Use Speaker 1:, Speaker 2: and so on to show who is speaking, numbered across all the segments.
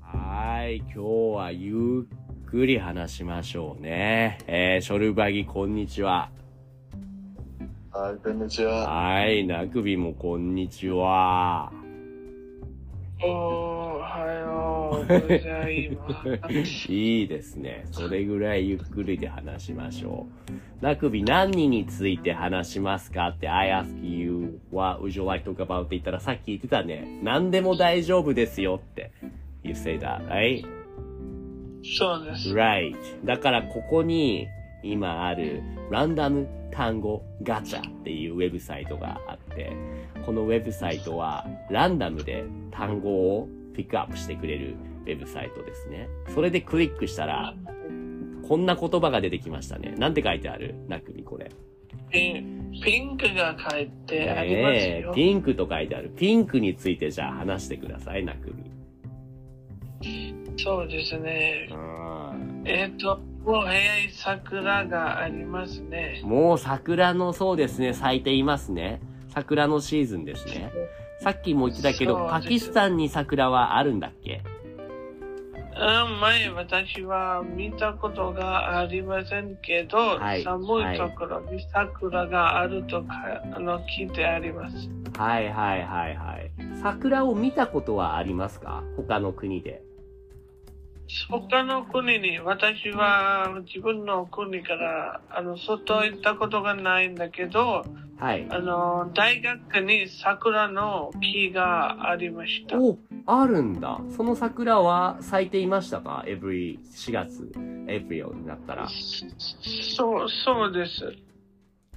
Speaker 1: はい、今日はゆっくり話しましょうね。えー、ショルバギ、こんにちは。
Speaker 2: はい、こんにちは。
Speaker 1: はい、ナクビもこんにちは。
Speaker 2: おおはようございます。
Speaker 1: いいですね。それぐらいゆっくりで話しましょう。ナクビ、何について話しますかって、I ask you what would you like to talk about って言ったら、さっき言ってたね。何でも大丈夫ですよって。You say that, right?
Speaker 2: そうです。
Speaker 1: Right. だからここに今あるランダム単語ガチャっていうウェブサイトがあって、このウェブサイトはランダムで単語をピックアップしてくれるウェブサイトですね。それでクリックしたら、こんな言葉が出てきましたね。なんて書いてあるなくみこれ。
Speaker 2: ピンピンクが書いてあります
Speaker 1: ねえ
Speaker 2: よ。
Speaker 1: ピンクと書いてある。ピンクについてじゃあ話してください、なくみ。
Speaker 2: そうですね
Speaker 1: う。ん
Speaker 2: えっ、と、もう早い桜がありますね。
Speaker 1: もう桜のそうですね、咲いていますね。桜のシーズンですね。さっきも言ってたけ
Speaker 2: そ
Speaker 1: ど、
Speaker 2: う
Speaker 1: パキスタンに桜はあるんだっけ
Speaker 2: うん、前私は見たことがありませんけど、
Speaker 1: はい
Speaker 2: 寒いところに桜があるとか、あの聞いてあります。
Speaker 1: はいはいはいはい。桜を見たことはありますか他の国で。
Speaker 2: 他の国に私は自分の国からあの外行ったことがないんだけど
Speaker 1: はい。
Speaker 2: あの大学に桜の木がありました
Speaker 1: お、あるんだ。その桜は咲いていましたか ?every 4月、April になったら。
Speaker 2: そうそうです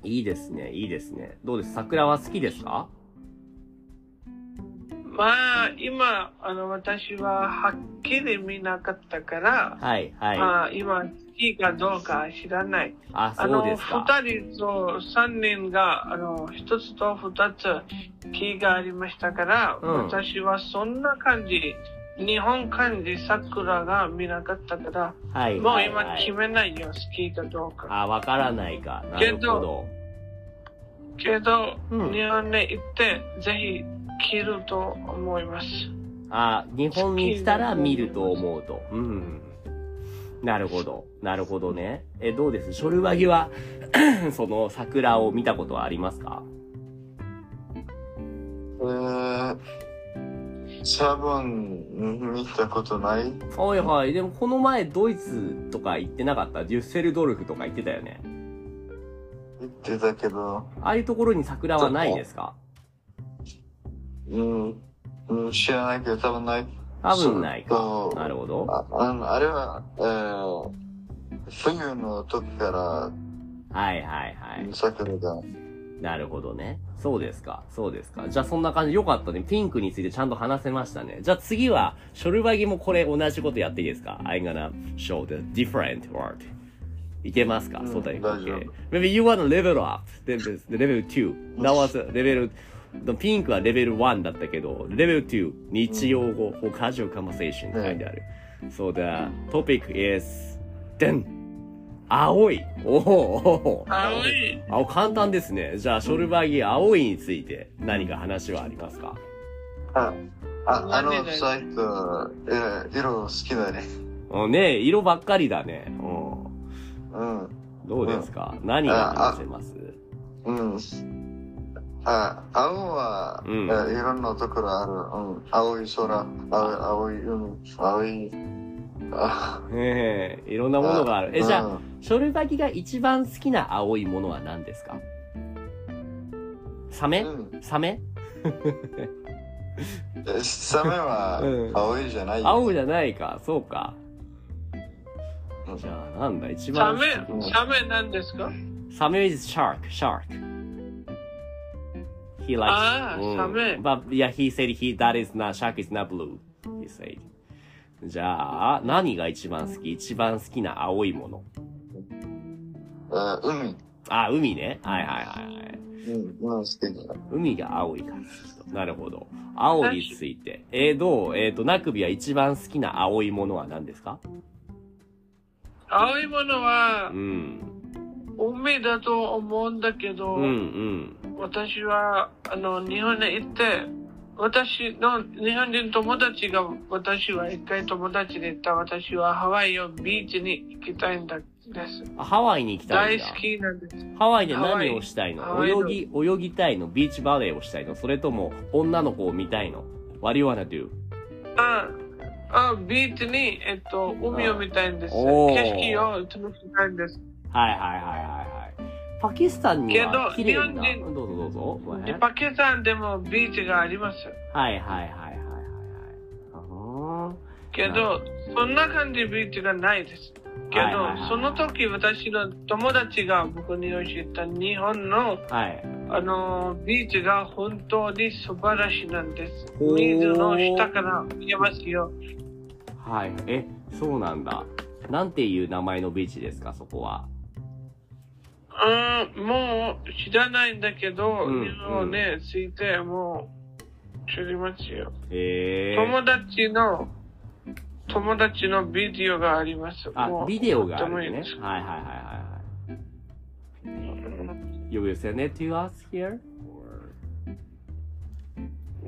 Speaker 1: いいですね、いいですね。どうです桜は好きですか
Speaker 2: まあ今あの私ははっきり見なかったから、
Speaker 1: はいはい。
Speaker 2: まあ、今木がどうか知らない
Speaker 1: あ、
Speaker 2: あ
Speaker 1: そう
Speaker 2: の
Speaker 1: ですか。
Speaker 2: 2人と3人があの1つと2つ木がありましたから、
Speaker 1: うん
Speaker 2: 私はそんな感じ日本感じ桜が見なかったから、
Speaker 1: はい
Speaker 2: もう
Speaker 1: はい、
Speaker 2: 今
Speaker 1: は
Speaker 2: 決
Speaker 1: い。
Speaker 2: めないよ、好きかどうか。
Speaker 1: あ、わからないか。なるほど。
Speaker 2: けど、
Speaker 1: うん
Speaker 2: 日本に行って、ぜひ着ると思います。
Speaker 1: あ、日本に来たら見ると思うと。うん。なるほど。なるほどね。え、どうですショルバギは、 その桜を見たことはありますか
Speaker 3: えー、多分見たことない
Speaker 1: はいはい。でもこの前ドイツとか行ってなかったデュッセルドルフとか行ってたよね。
Speaker 3: 言ってたけど、
Speaker 1: ああいうところに桜はないですか
Speaker 3: うん、うん知らないけど多分ない。
Speaker 1: 多分ないか
Speaker 3: そ。う
Speaker 1: なるほど。
Speaker 3: ああのあれは、えー、冬の時か
Speaker 1: はいはいは
Speaker 3: ら
Speaker 1: い。
Speaker 3: 桜が、
Speaker 1: なるほどね。そうですか。そうですか。じゃあそんな感じ。よかったね。ピンクについてちゃんと話せましたね。じゃあ次は、ショルバギもこれ同じことやっていいですか ?I'm gonna show the different word. いけますか、
Speaker 3: うん
Speaker 1: そうだよ。
Speaker 3: 大丈夫
Speaker 1: Okay. Maybe you wanna level up. Then there's the level 2. That was a level, the ピンクはレベル1だったけど、レベル2、日曜語、for casual conversation って書いてある。So the topic is, then, 青い。おお。
Speaker 2: 青い、
Speaker 1: あ、簡単ですね。じゃあ、ショルバギー、青いについて何か話はありますか
Speaker 3: あ、ああの
Speaker 2: 何が
Speaker 3: サイト、えー色好きだね。
Speaker 1: うんねえ色ばっかりだね。う
Speaker 3: うん、
Speaker 1: ん。どうですか、何が話せます
Speaker 3: うん。あ、青は、
Speaker 1: うん
Speaker 3: えーいろんなところある。うん、青い空、青い青い海、青い、あ、
Speaker 1: ええいろんなものがある。え、じ
Speaker 3: う
Speaker 1: ゃあ、
Speaker 3: ん
Speaker 1: ショルバギが一番好きな青いものは何ですかサメ
Speaker 3: うん
Speaker 1: サメ
Speaker 3: えサメは
Speaker 1: うん
Speaker 3: 青いじゃないよ。
Speaker 1: 青じゃないか。そうか
Speaker 3: う。ん
Speaker 1: じゃあ、なんだ一
Speaker 2: サ
Speaker 1: 番好
Speaker 2: メ
Speaker 1: き。、
Speaker 2: サメなんですか
Speaker 1: サメ is shark, shark. He likes.
Speaker 2: あーサメ
Speaker 1: But yeah, he said he that is not shark is not blue. He said. じゃあ、何が一番好き一番好きな青いもの。
Speaker 3: あ海。
Speaker 1: あ、海ね。はいはいはいはい。
Speaker 3: うん、今好きだ。
Speaker 1: 海が青いから好きと。なるほど。青について。えー、どうえっ、と、ナクビは一番好きな青いものは何ですか
Speaker 2: 青いものは
Speaker 1: うん。
Speaker 2: 海だと思うんだけど、
Speaker 1: うんうん。
Speaker 2: 私はあの日本に行って私の日本人友達が、私は一回友達で行った、私はハワイをビーチに行きたいんだです。
Speaker 1: あハワイに行きたいん
Speaker 2: 大
Speaker 1: だ
Speaker 2: 好。きなんです。
Speaker 1: ハワイで何をしたい
Speaker 2: ハ
Speaker 1: の
Speaker 2: ワイ
Speaker 1: 泳ぎ、泳ぎたいのビーチバレーをしたいのそれとも女の子を見たいの ?What do you wanna do?
Speaker 2: ああビーチに、えっと、海を見たいんです。
Speaker 1: おー
Speaker 2: 景色を楽しみたいんです。
Speaker 1: はいはいはいはいはい。パキスタンには
Speaker 2: け
Speaker 1: 綺
Speaker 2: ど
Speaker 1: 麗な
Speaker 2: 日本。
Speaker 1: どうぞどうぞ。ごめん
Speaker 2: で、
Speaker 1: はい
Speaker 2: パキスタンでもビーチがあります。
Speaker 1: はいはいはいはいはい。
Speaker 2: けど、そんな感じビーチがないです。け
Speaker 1: はいはいは
Speaker 2: ど、
Speaker 1: い
Speaker 2: その時私の友達が僕に教えた日本の
Speaker 1: あーはい。
Speaker 2: あのービーチが本当に素晴らしいなんです。
Speaker 1: おー
Speaker 2: 水の下から見えますよ。
Speaker 1: はい。え、そうなんだ。なんていう名前のビーチですか、そこは。
Speaker 2: うーん、もう知らないんだけど、
Speaker 1: うん
Speaker 2: 水をね、ついて、もう、知りますよ。
Speaker 1: へえ。
Speaker 2: 友達の、友達のビデオがあります。も
Speaker 1: あ、
Speaker 2: う
Speaker 1: ビデオがある
Speaker 2: と
Speaker 1: ん
Speaker 2: っ
Speaker 1: だ
Speaker 2: てもいい
Speaker 1: ね
Speaker 2: です。
Speaker 1: はいはいはいはいはい。You will send it to us here?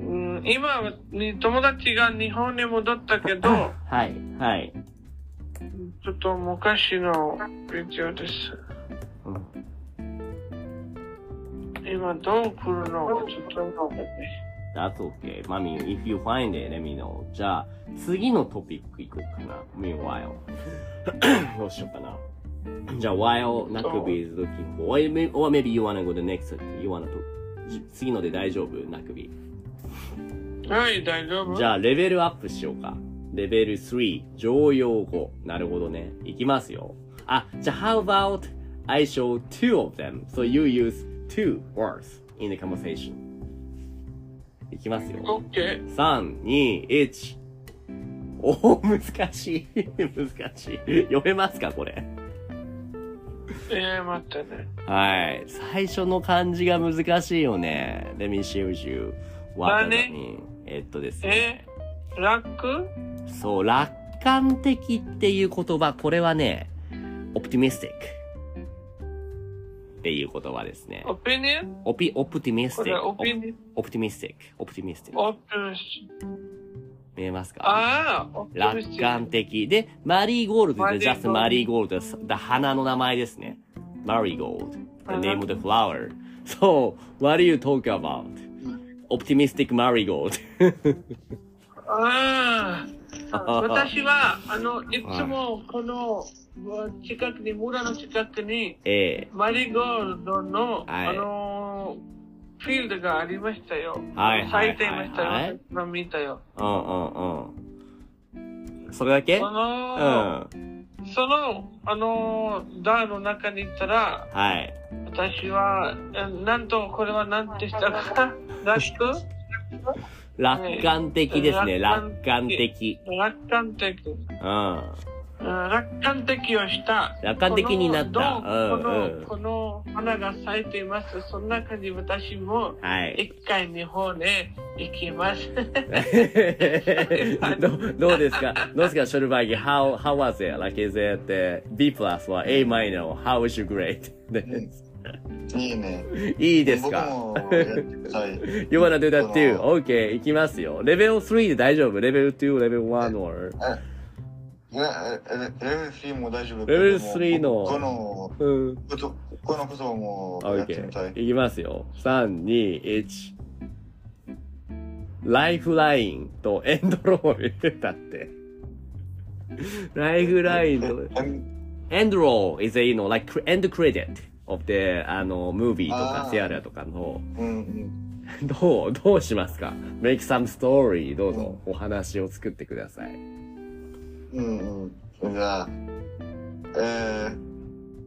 Speaker 1: Or-
Speaker 2: うん今に、友達が日本に戻ったけど、
Speaker 1: はい、はい。
Speaker 2: ちょっと昔のビデオです。
Speaker 1: うん
Speaker 2: 今どう来るのかちょっとわかんない
Speaker 1: That's okay. まあ、み if you find it, let me know. じゃあ、次のトピックいこうかな。Meanwhile. どうしようかな。じゃあ、while Nakubi is looking for, or may- or maybe you wanna go the next, you wanna do. じ次ので大丈夫 ?Nakubi。
Speaker 2: はい、大丈夫
Speaker 1: じゃあ、レベルアップしようか。レベル3、常用語。なるほどね。いきますよ。あ、じゃあ、how about I show two of them? So you use two words in the conversation. いきますよ。
Speaker 2: オッケ
Speaker 1: 3、2、1。おお、難しい。難しい。読めますかこれ。
Speaker 2: ー。えー、待ってね。
Speaker 1: はい。最初の漢字が難しいよね。Let me show you what
Speaker 2: だ
Speaker 1: that
Speaker 2: ね
Speaker 1: mean. えっとですね。
Speaker 2: えー、楽
Speaker 1: そう、楽観的っていう言葉、これはね、optimistic っていう言葉ですね。
Speaker 2: オピニオン
Speaker 1: オピ、optimistic
Speaker 2: これ、オピニオン
Speaker 1: optimistic optimistic
Speaker 2: オプシ
Speaker 1: 見えますか
Speaker 2: ああ、オプ
Speaker 1: 楽観的。で、マリーゴールドで、just マ
Speaker 2: マ
Speaker 1: リ
Speaker 2: リ
Speaker 1: ーゴールド、だ花の名前ですね。マリーゴールド。
Speaker 2: あ
Speaker 1: The name of the flower. So, what do you talk about? Optimistic marigold.
Speaker 2: ああ、私は、あの、いつもこの近くに、村の近くに、
Speaker 1: ええ
Speaker 2: マリーゴールドの、
Speaker 1: はい
Speaker 2: あのー、フィールドがありましたよ。
Speaker 1: はいはいはい
Speaker 2: 咲いていましたよ。
Speaker 1: はい
Speaker 2: 今見たよ。
Speaker 1: うんうんうん。それだけ
Speaker 2: その、
Speaker 1: は
Speaker 2: その、あのー、ダーの中に行ったら、
Speaker 1: い。
Speaker 2: 私は、えなんと、これは何てしたか、 楽
Speaker 1: 楽観的ですね。
Speaker 2: うん
Speaker 1: 楽観的。
Speaker 2: 楽観的。うん
Speaker 1: うん。
Speaker 2: 楽観的をした。
Speaker 1: 楽観的になった
Speaker 2: この
Speaker 1: うん
Speaker 2: どう
Speaker 1: うん
Speaker 2: この、この花が咲いています。そんな感じ、私も、
Speaker 1: はい。
Speaker 2: 一回日本へ行き ます。
Speaker 1: どどうですかどうですかショルバーギー How, how was it? Like, is it、B plus は A minor? How was your grade?
Speaker 3: いいね。
Speaker 1: いいですか
Speaker 3: 僕もやってみたい。
Speaker 1: ?You wanna do that too? OK, いきますよ。レベル3で大丈夫レベル2、レベル1 or...
Speaker 3: いや、えレレベル3も大丈夫
Speaker 1: レベル3の
Speaker 3: この
Speaker 1: うん。
Speaker 3: こと、このこともやってみたい。
Speaker 1: OK。いきますよ。3、2、1。ライフラインとエンドロール。だ って。ライフラインと。
Speaker 3: うん
Speaker 1: エンドロー is a, you know, like, cre- end credit of the, あの、movie とか
Speaker 3: あ、ー
Speaker 1: セアラとかの、
Speaker 3: うん。
Speaker 1: どう、どうしますか ?make some story, どうぞ、お話を作ってください。
Speaker 3: うん。うん。じゃあ、えー、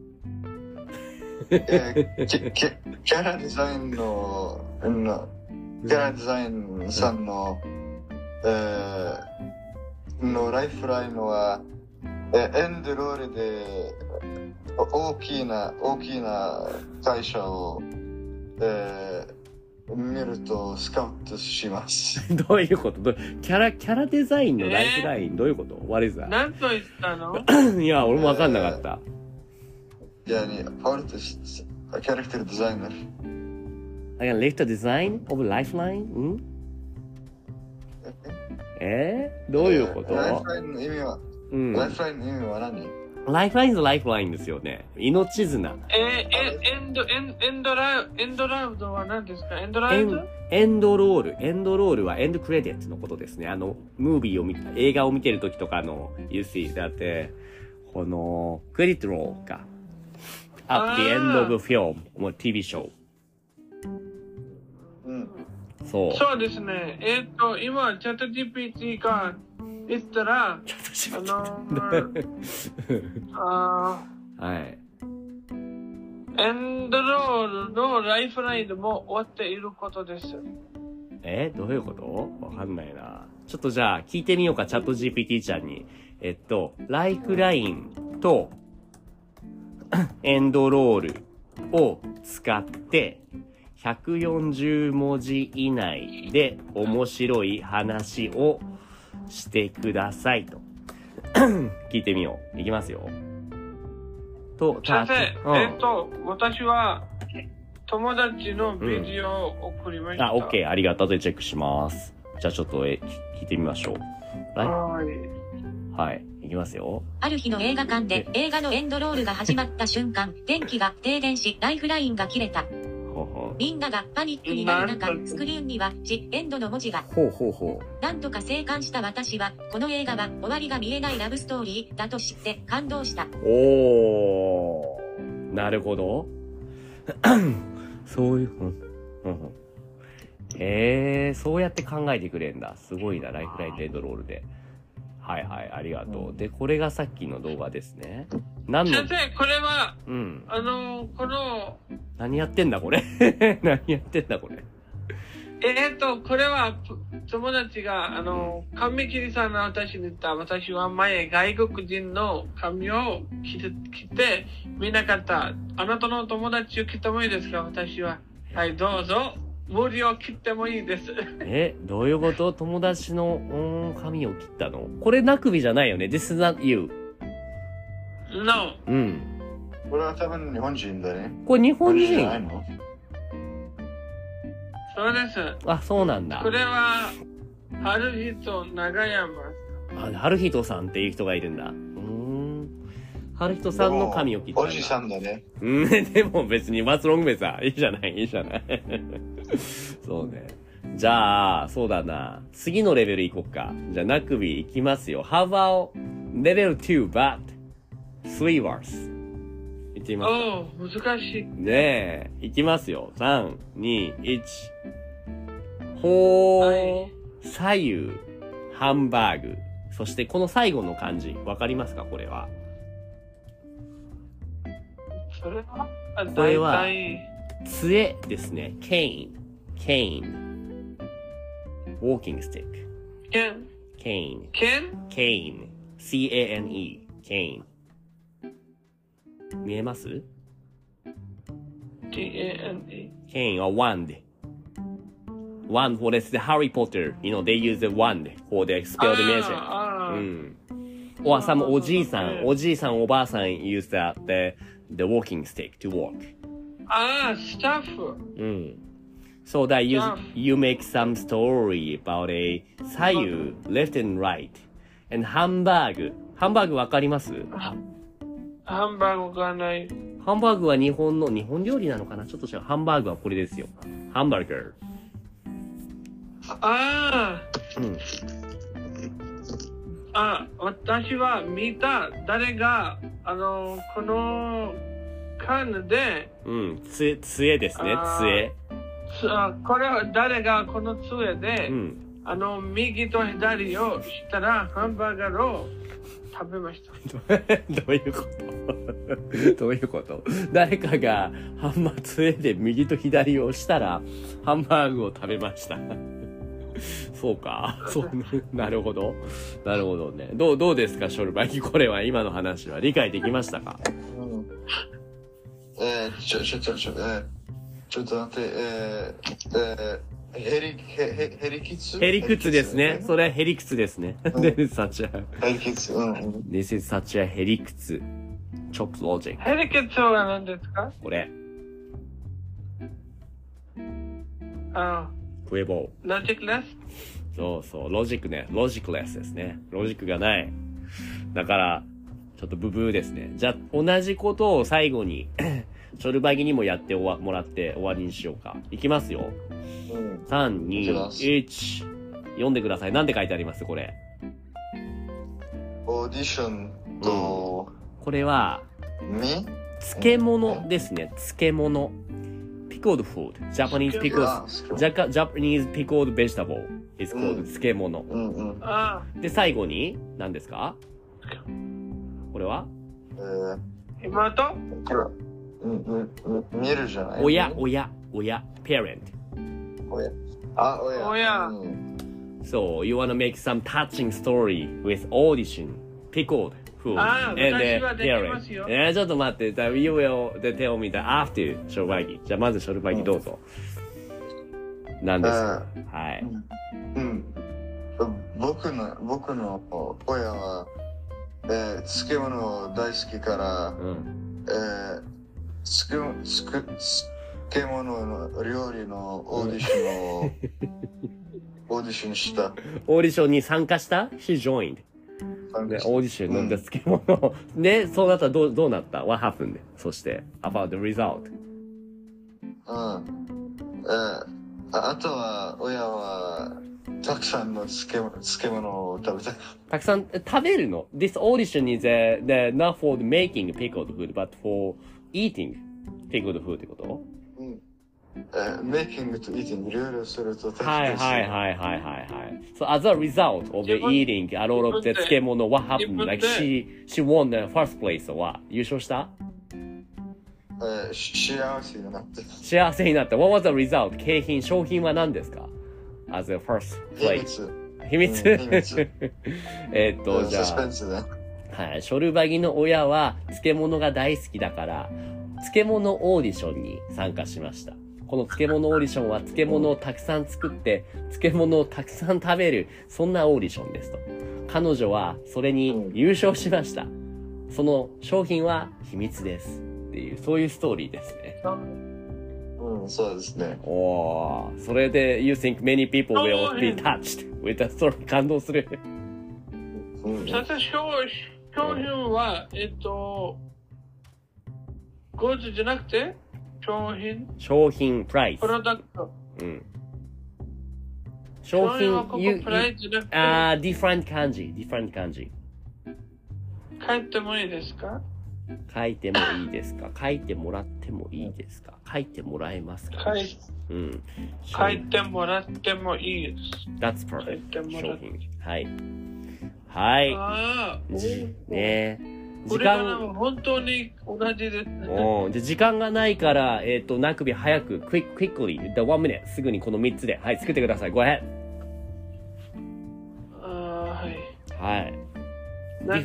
Speaker 3: えー、キキキャラデザインの、うんキャラデザインさんの、えー、のライフラインは、えーエンドロールでお大きな、大きな会社を、えー、見るとスカウトします。
Speaker 1: どういうことどうキャラ、キャラデザインのライフライン、どういうこと ?What is that?
Speaker 2: 何と言ったの
Speaker 1: いや、俺もわかんなかった。
Speaker 3: يعني artist, character designer.
Speaker 1: I can lift the design of a lifeline? んえー、どういうこと、
Speaker 3: ライフラインの意味は、
Speaker 1: うん。
Speaker 3: ライフラインの意味は何
Speaker 1: ライフラインズライフラインですよね。命綱。
Speaker 2: え、え、エンド、エンエンドラウ、エンドラウドは何ですかエンドラ
Speaker 1: エ
Speaker 2: ウ
Speaker 1: ン
Speaker 2: ド
Speaker 1: エンドロール。エンドロールはエンドクレディットのことですね。あの、ムービーを見た、映画を見てる時とかの、you see, だって、この、クレディットロールか。at the end of a film, もう TV ショー。
Speaker 3: うん。
Speaker 1: そう。
Speaker 2: そうですね。えっと、今、チャット GPT が言ったら、
Speaker 1: ちょっとしま
Speaker 2: あ
Speaker 1: った
Speaker 2: のーあ
Speaker 1: はい。
Speaker 2: ーエンドロールのライフラインも終わっていることです。
Speaker 1: えどういうことわかんないな。ちょっとじゃあ、聞いてみようか、チャット GPT ちゃんに。えっと、ライフラインと、エンドロールを使って、140文字以内で面白い話をしてくださいと。 聞いてみよう。いきますよ。と、
Speaker 2: 先生、
Speaker 1: うん
Speaker 2: えっと、私は友達のビデオを送りました。
Speaker 1: あ、オッケー、ありがとうでチェックします。じゃあちょっとえ聞聞いてみましょう。は
Speaker 2: はい。
Speaker 1: い、はい、いきますよ。
Speaker 4: ある日の映画館で映画のエンドロールが始まった瞬間、電気が停電し、ライフラインが切れた。
Speaker 1: ほうほう
Speaker 4: みんながパニックになる中
Speaker 2: なん、と
Speaker 4: スクリーンには、ジ・エンドの文字が。
Speaker 1: ほうほうほ
Speaker 4: なんとか生還した私は、この映画は終わりが見えないラブストーリーだと知って感動した。
Speaker 1: う。おー、なるほど。 そういう、うんうんうん。えー、そうやって考えてくれんだ。すごいな、ライフラインデッドロールで。はいはい、ありがとう。で、これがさっきの動画ですね。何の
Speaker 2: 先、生、これは、
Speaker 1: うん。
Speaker 2: あの、この、
Speaker 1: 何やってんだ、これ。 何やってんだ、これ。
Speaker 2: えっと、これは、ぷ友達が、あの、髪切りさんの私に言った、私は前、外国人の髪を切て、切って、見なかった。あなたの友達を切ってもいいですか私は。はい、どうぞ。無理を切ってもいいです。
Speaker 1: え、どういうこと友達の、うーん、髪を切ったのこれなくびじゃないよね。This is not you.
Speaker 2: no.
Speaker 1: うん。
Speaker 3: これは多分日本人だね。
Speaker 1: これ日
Speaker 3: 日
Speaker 1: 本
Speaker 3: じゃない
Speaker 1: 人
Speaker 3: の
Speaker 2: そうです。
Speaker 1: あ、そうなんだ
Speaker 2: こ。れは、春日と長山。
Speaker 1: あ、春人さんっていう人がいるんだ。うーん。春人さんの髪を切ったん
Speaker 3: お
Speaker 1: だ。
Speaker 3: じさんだね。
Speaker 1: うん、 でも別に、マツロングベさ、いいじゃない、いいじゃ ない。そうね。じゃあ、そうだな。次のレベル行こっか。じゃあ、ナクビ行きますよ。ハバオ、レベル2、バッ、スリーワース。行ってみますか。
Speaker 2: おう、難しい。
Speaker 1: ねえ、いきますよ。3、2、1。ほー、
Speaker 2: はい
Speaker 1: 左右、ハンバーグ。そしてこの最後の漢字、わかりますかこれは。
Speaker 2: それは、あ
Speaker 1: これは
Speaker 2: 大体
Speaker 1: 杖ですね。cane, cane. walking stick,
Speaker 2: ケン
Speaker 1: cane,
Speaker 2: ケン
Speaker 1: cane, c-a-n-e, cane. 見えます
Speaker 2: ?T-A-N-E。
Speaker 1: cane or wand. wand for this, the Harry Potter. You know, they use the wand for the spell the magic.
Speaker 2: あーあー
Speaker 1: うん。or some おじいさ、
Speaker 2: うんん
Speaker 1: おじいさん、おばあさん use that, the, the walking stick to walk.
Speaker 2: あー、スタッフ。
Speaker 1: うん。So that you,
Speaker 2: うん
Speaker 1: you make some story about a 左右、left and right. And ハンバーグ。ハンバーグわかります
Speaker 2: ハンバーグがない。
Speaker 1: ハンバーグは日本の、日本料理なのかなちょっと違う。ハンバーグはこれですよ。ハンバーガー。
Speaker 2: あ
Speaker 1: うん。
Speaker 2: あ、あ、私は見た、誰が、あの、この、カンヌで、
Speaker 1: うん。つ、杖ですね。
Speaker 2: あー
Speaker 1: 杖。
Speaker 2: つあこれは誰がこの杖で、
Speaker 1: うん。
Speaker 2: あの、右と左をしたら、ハンバーガーを食べました。
Speaker 1: どういうことどういうこと 誰かがハンマー杖で右と左を押したら、ハンバーグを食べました。そうか。そう、なるほど。なるほどね。どう、どうですか、ショルバイキ。これは今の話は理解できましたか
Speaker 3: うん。えー、ちょ、ちょ、ちょ、ちょ、えー、ちょっと待って、えー、えー、ヘリ、ヘヘヘリキツ
Speaker 1: ヘリクツですね。それヘリクツですね。
Speaker 3: ん
Speaker 1: で、サチャ。
Speaker 3: ヘリキツ、うんうん。
Speaker 1: This is such a ヘリクツ。チョップロジック。
Speaker 2: ヘリケツは何ですか
Speaker 1: これ。
Speaker 2: あ
Speaker 1: クエボー。
Speaker 2: ロジックレス
Speaker 1: そうそう、ロジックね、ロジックレスですね。ロジックがない。だから、ちょっとブブーですね。じゃあ、同じことを最後に、 ショルバギにもやっておわもらって終わりにしようか。いきますよ。
Speaker 3: うん。
Speaker 1: 3、
Speaker 3: いきま
Speaker 1: 2、
Speaker 3: す
Speaker 1: 1。読んでください。なんて書いてありますこれ。
Speaker 3: オーディションと、
Speaker 1: これは、
Speaker 3: み
Speaker 1: 漬物ですね。漬物。pickled food. Japanese
Speaker 2: ピク
Speaker 1: pickled,
Speaker 3: ス
Speaker 1: Jap- Japanese pickled vegetable is called
Speaker 3: うん
Speaker 1: 漬物。
Speaker 3: うんうん。
Speaker 2: あ
Speaker 1: で、最後に、何ですかこれは
Speaker 3: えー、
Speaker 2: あ、妹
Speaker 3: これ、うんうんうん。見るじゃない
Speaker 1: 親、親、親、parent.
Speaker 3: あ、おや。
Speaker 2: 親
Speaker 3: うん。
Speaker 1: So, you wanna make some touching story with audition, pickled food,
Speaker 2: あー
Speaker 1: and the
Speaker 2: 私はできますよ
Speaker 1: parent. えーちょっと待って、じゃあ you will the tell me the after ショルバギ。じゃあまずショルバギどうぞ。何ですか
Speaker 3: う
Speaker 1: はい。
Speaker 3: ん。僕の、僕の親は、えー、漬物大好きから、
Speaker 1: うん。
Speaker 3: えー、つくつくつ漬物の料理のオーディション を、オーディションした。
Speaker 1: オーディションに参加した ?She joined. で、オーディションの漬物。 ね、そうなったらどう、どうなった ?What happened? そして、about the result.
Speaker 3: うん。えー、ああとは、親は、たくさんの漬物漬物を食べた。
Speaker 1: たくさんえ食べるの ?This audition is a, the, not for the making pickled food, but for eating pickled food ってこと
Speaker 3: うん。えー、メイキングとイーティング、料理をすると
Speaker 1: はいはい
Speaker 3: い。
Speaker 1: はいはいはいはい。So as a result of the eating a lot of the 漬物、what happened? Like she, she won the first place or what? 優勝した
Speaker 3: えー、し幸せになって。
Speaker 1: 幸せになった。What was the result? 景品、商品は何ですか ?as a first
Speaker 3: 秘
Speaker 1: place.
Speaker 3: 密。
Speaker 1: 秘密
Speaker 3: うん秘密
Speaker 1: えっと、じゃ
Speaker 3: サスペ
Speaker 1: あ
Speaker 3: ン、スね。
Speaker 1: はい。ショルバギの親は漬物が大好きだから、漬物オーディションに参加しました。この漬物オーディションは漬物をたくさん作って、漬物をたくさん食べる、そんなオーディションですと。彼女はそれに優勝しました。その商品は秘密です。っていう、そういうストーリーですね。
Speaker 3: うん、そうですね。
Speaker 1: おー、それで、you think many people will be touched with the story 感動する。
Speaker 3: うん。
Speaker 2: さて、商商品は、えっと、ゴーズじゃなくて、商品、
Speaker 1: 商品、プライス
Speaker 2: プ。ロダクト。
Speaker 1: うん。商
Speaker 2: 商品はこ
Speaker 1: 品、
Speaker 2: こ
Speaker 1: you,
Speaker 2: プライズじゃなく
Speaker 1: Ah, different kanji, different kanji.
Speaker 2: て、帰ってもいいですか
Speaker 1: 書いてもいいです か書いてもらってもいいですか書いてもらえますか、
Speaker 2: 書い
Speaker 1: うん。
Speaker 2: 書いてもらってもいいです。
Speaker 1: That's
Speaker 2: 書い
Speaker 1: perfect.
Speaker 2: てもら
Speaker 1: 商
Speaker 2: って。
Speaker 1: 品。はい。はい。
Speaker 2: ああ、
Speaker 1: じねえ
Speaker 2: こ
Speaker 1: 時
Speaker 2: れから
Speaker 1: 間、
Speaker 2: も本当に同じですね。
Speaker 1: おじゃ時間がないから、えっ、と、なくび早く、quick, quickly, the one minute, すぐにこの3つで、はい、作ってください。ごへん。
Speaker 2: ああはい。
Speaker 1: はい。
Speaker 2: 何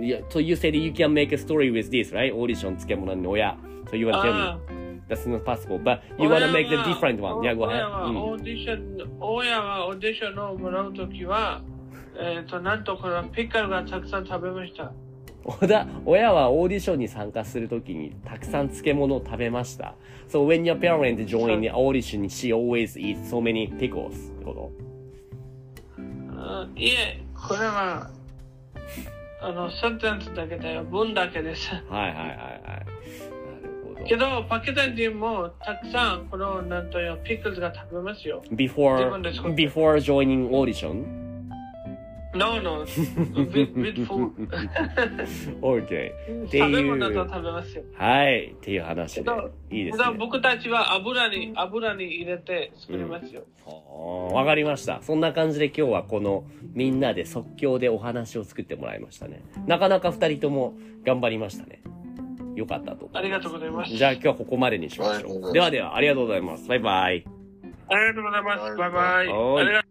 Speaker 1: Yeah, so you said you can make a story with this, right? Audition 漬物の親。So you wanna tell me.
Speaker 2: ああ
Speaker 1: That's not possible. But you wanna make the different one. Yeah, go
Speaker 2: 親
Speaker 1: ahead.
Speaker 2: は
Speaker 1: うん
Speaker 2: オーディション、親はオーディションをもらうときは、えっ、と、なんとこのピカルがたくさん食べました。
Speaker 1: おだ親はオーディションに参加するときにたくさん漬物を食べました。So when your parent joined the audition, she always eats so many pickles. ってこ
Speaker 2: あいえ、これは、あの、センテンスだけだよ。文だけです。
Speaker 1: とはいはいはいはい。な
Speaker 2: け
Speaker 1: る
Speaker 2: ど、パキスタン人もたくさん、この、なんという、ピクルスが食べますよ。
Speaker 1: ほど。
Speaker 2: 自分で作
Speaker 1: Before, before
Speaker 2: る
Speaker 1: joining audition?
Speaker 2: No, no, with, with food.
Speaker 1: okay.
Speaker 2: 食
Speaker 1: ていう
Speaker 2: べ物と食べますよ。
Speaker 1: はい。っていう話で
Speaker 2: けど。
Speaker 1: いいです
Speaker 2: た
Speaker 1: ね
Speaker 2: だ。僕たちは油に、油に入れて作りますよ。
Speaker 1: おーわかりました。そんな感じで今日はこのみんなで即興でお話を作ってもらいましたね。なかなか二人とも頑張りましたね。よかったと思います
Speaker 2: ありがとうございます。
Speaker 1: じゃあ今日はここまでにしましょう。ではでは、ありがとうございます。バイバイ。
Speaker 2: ありがとうございます。バイバイ。
Speaker 1: はい
Speaker 2: ありが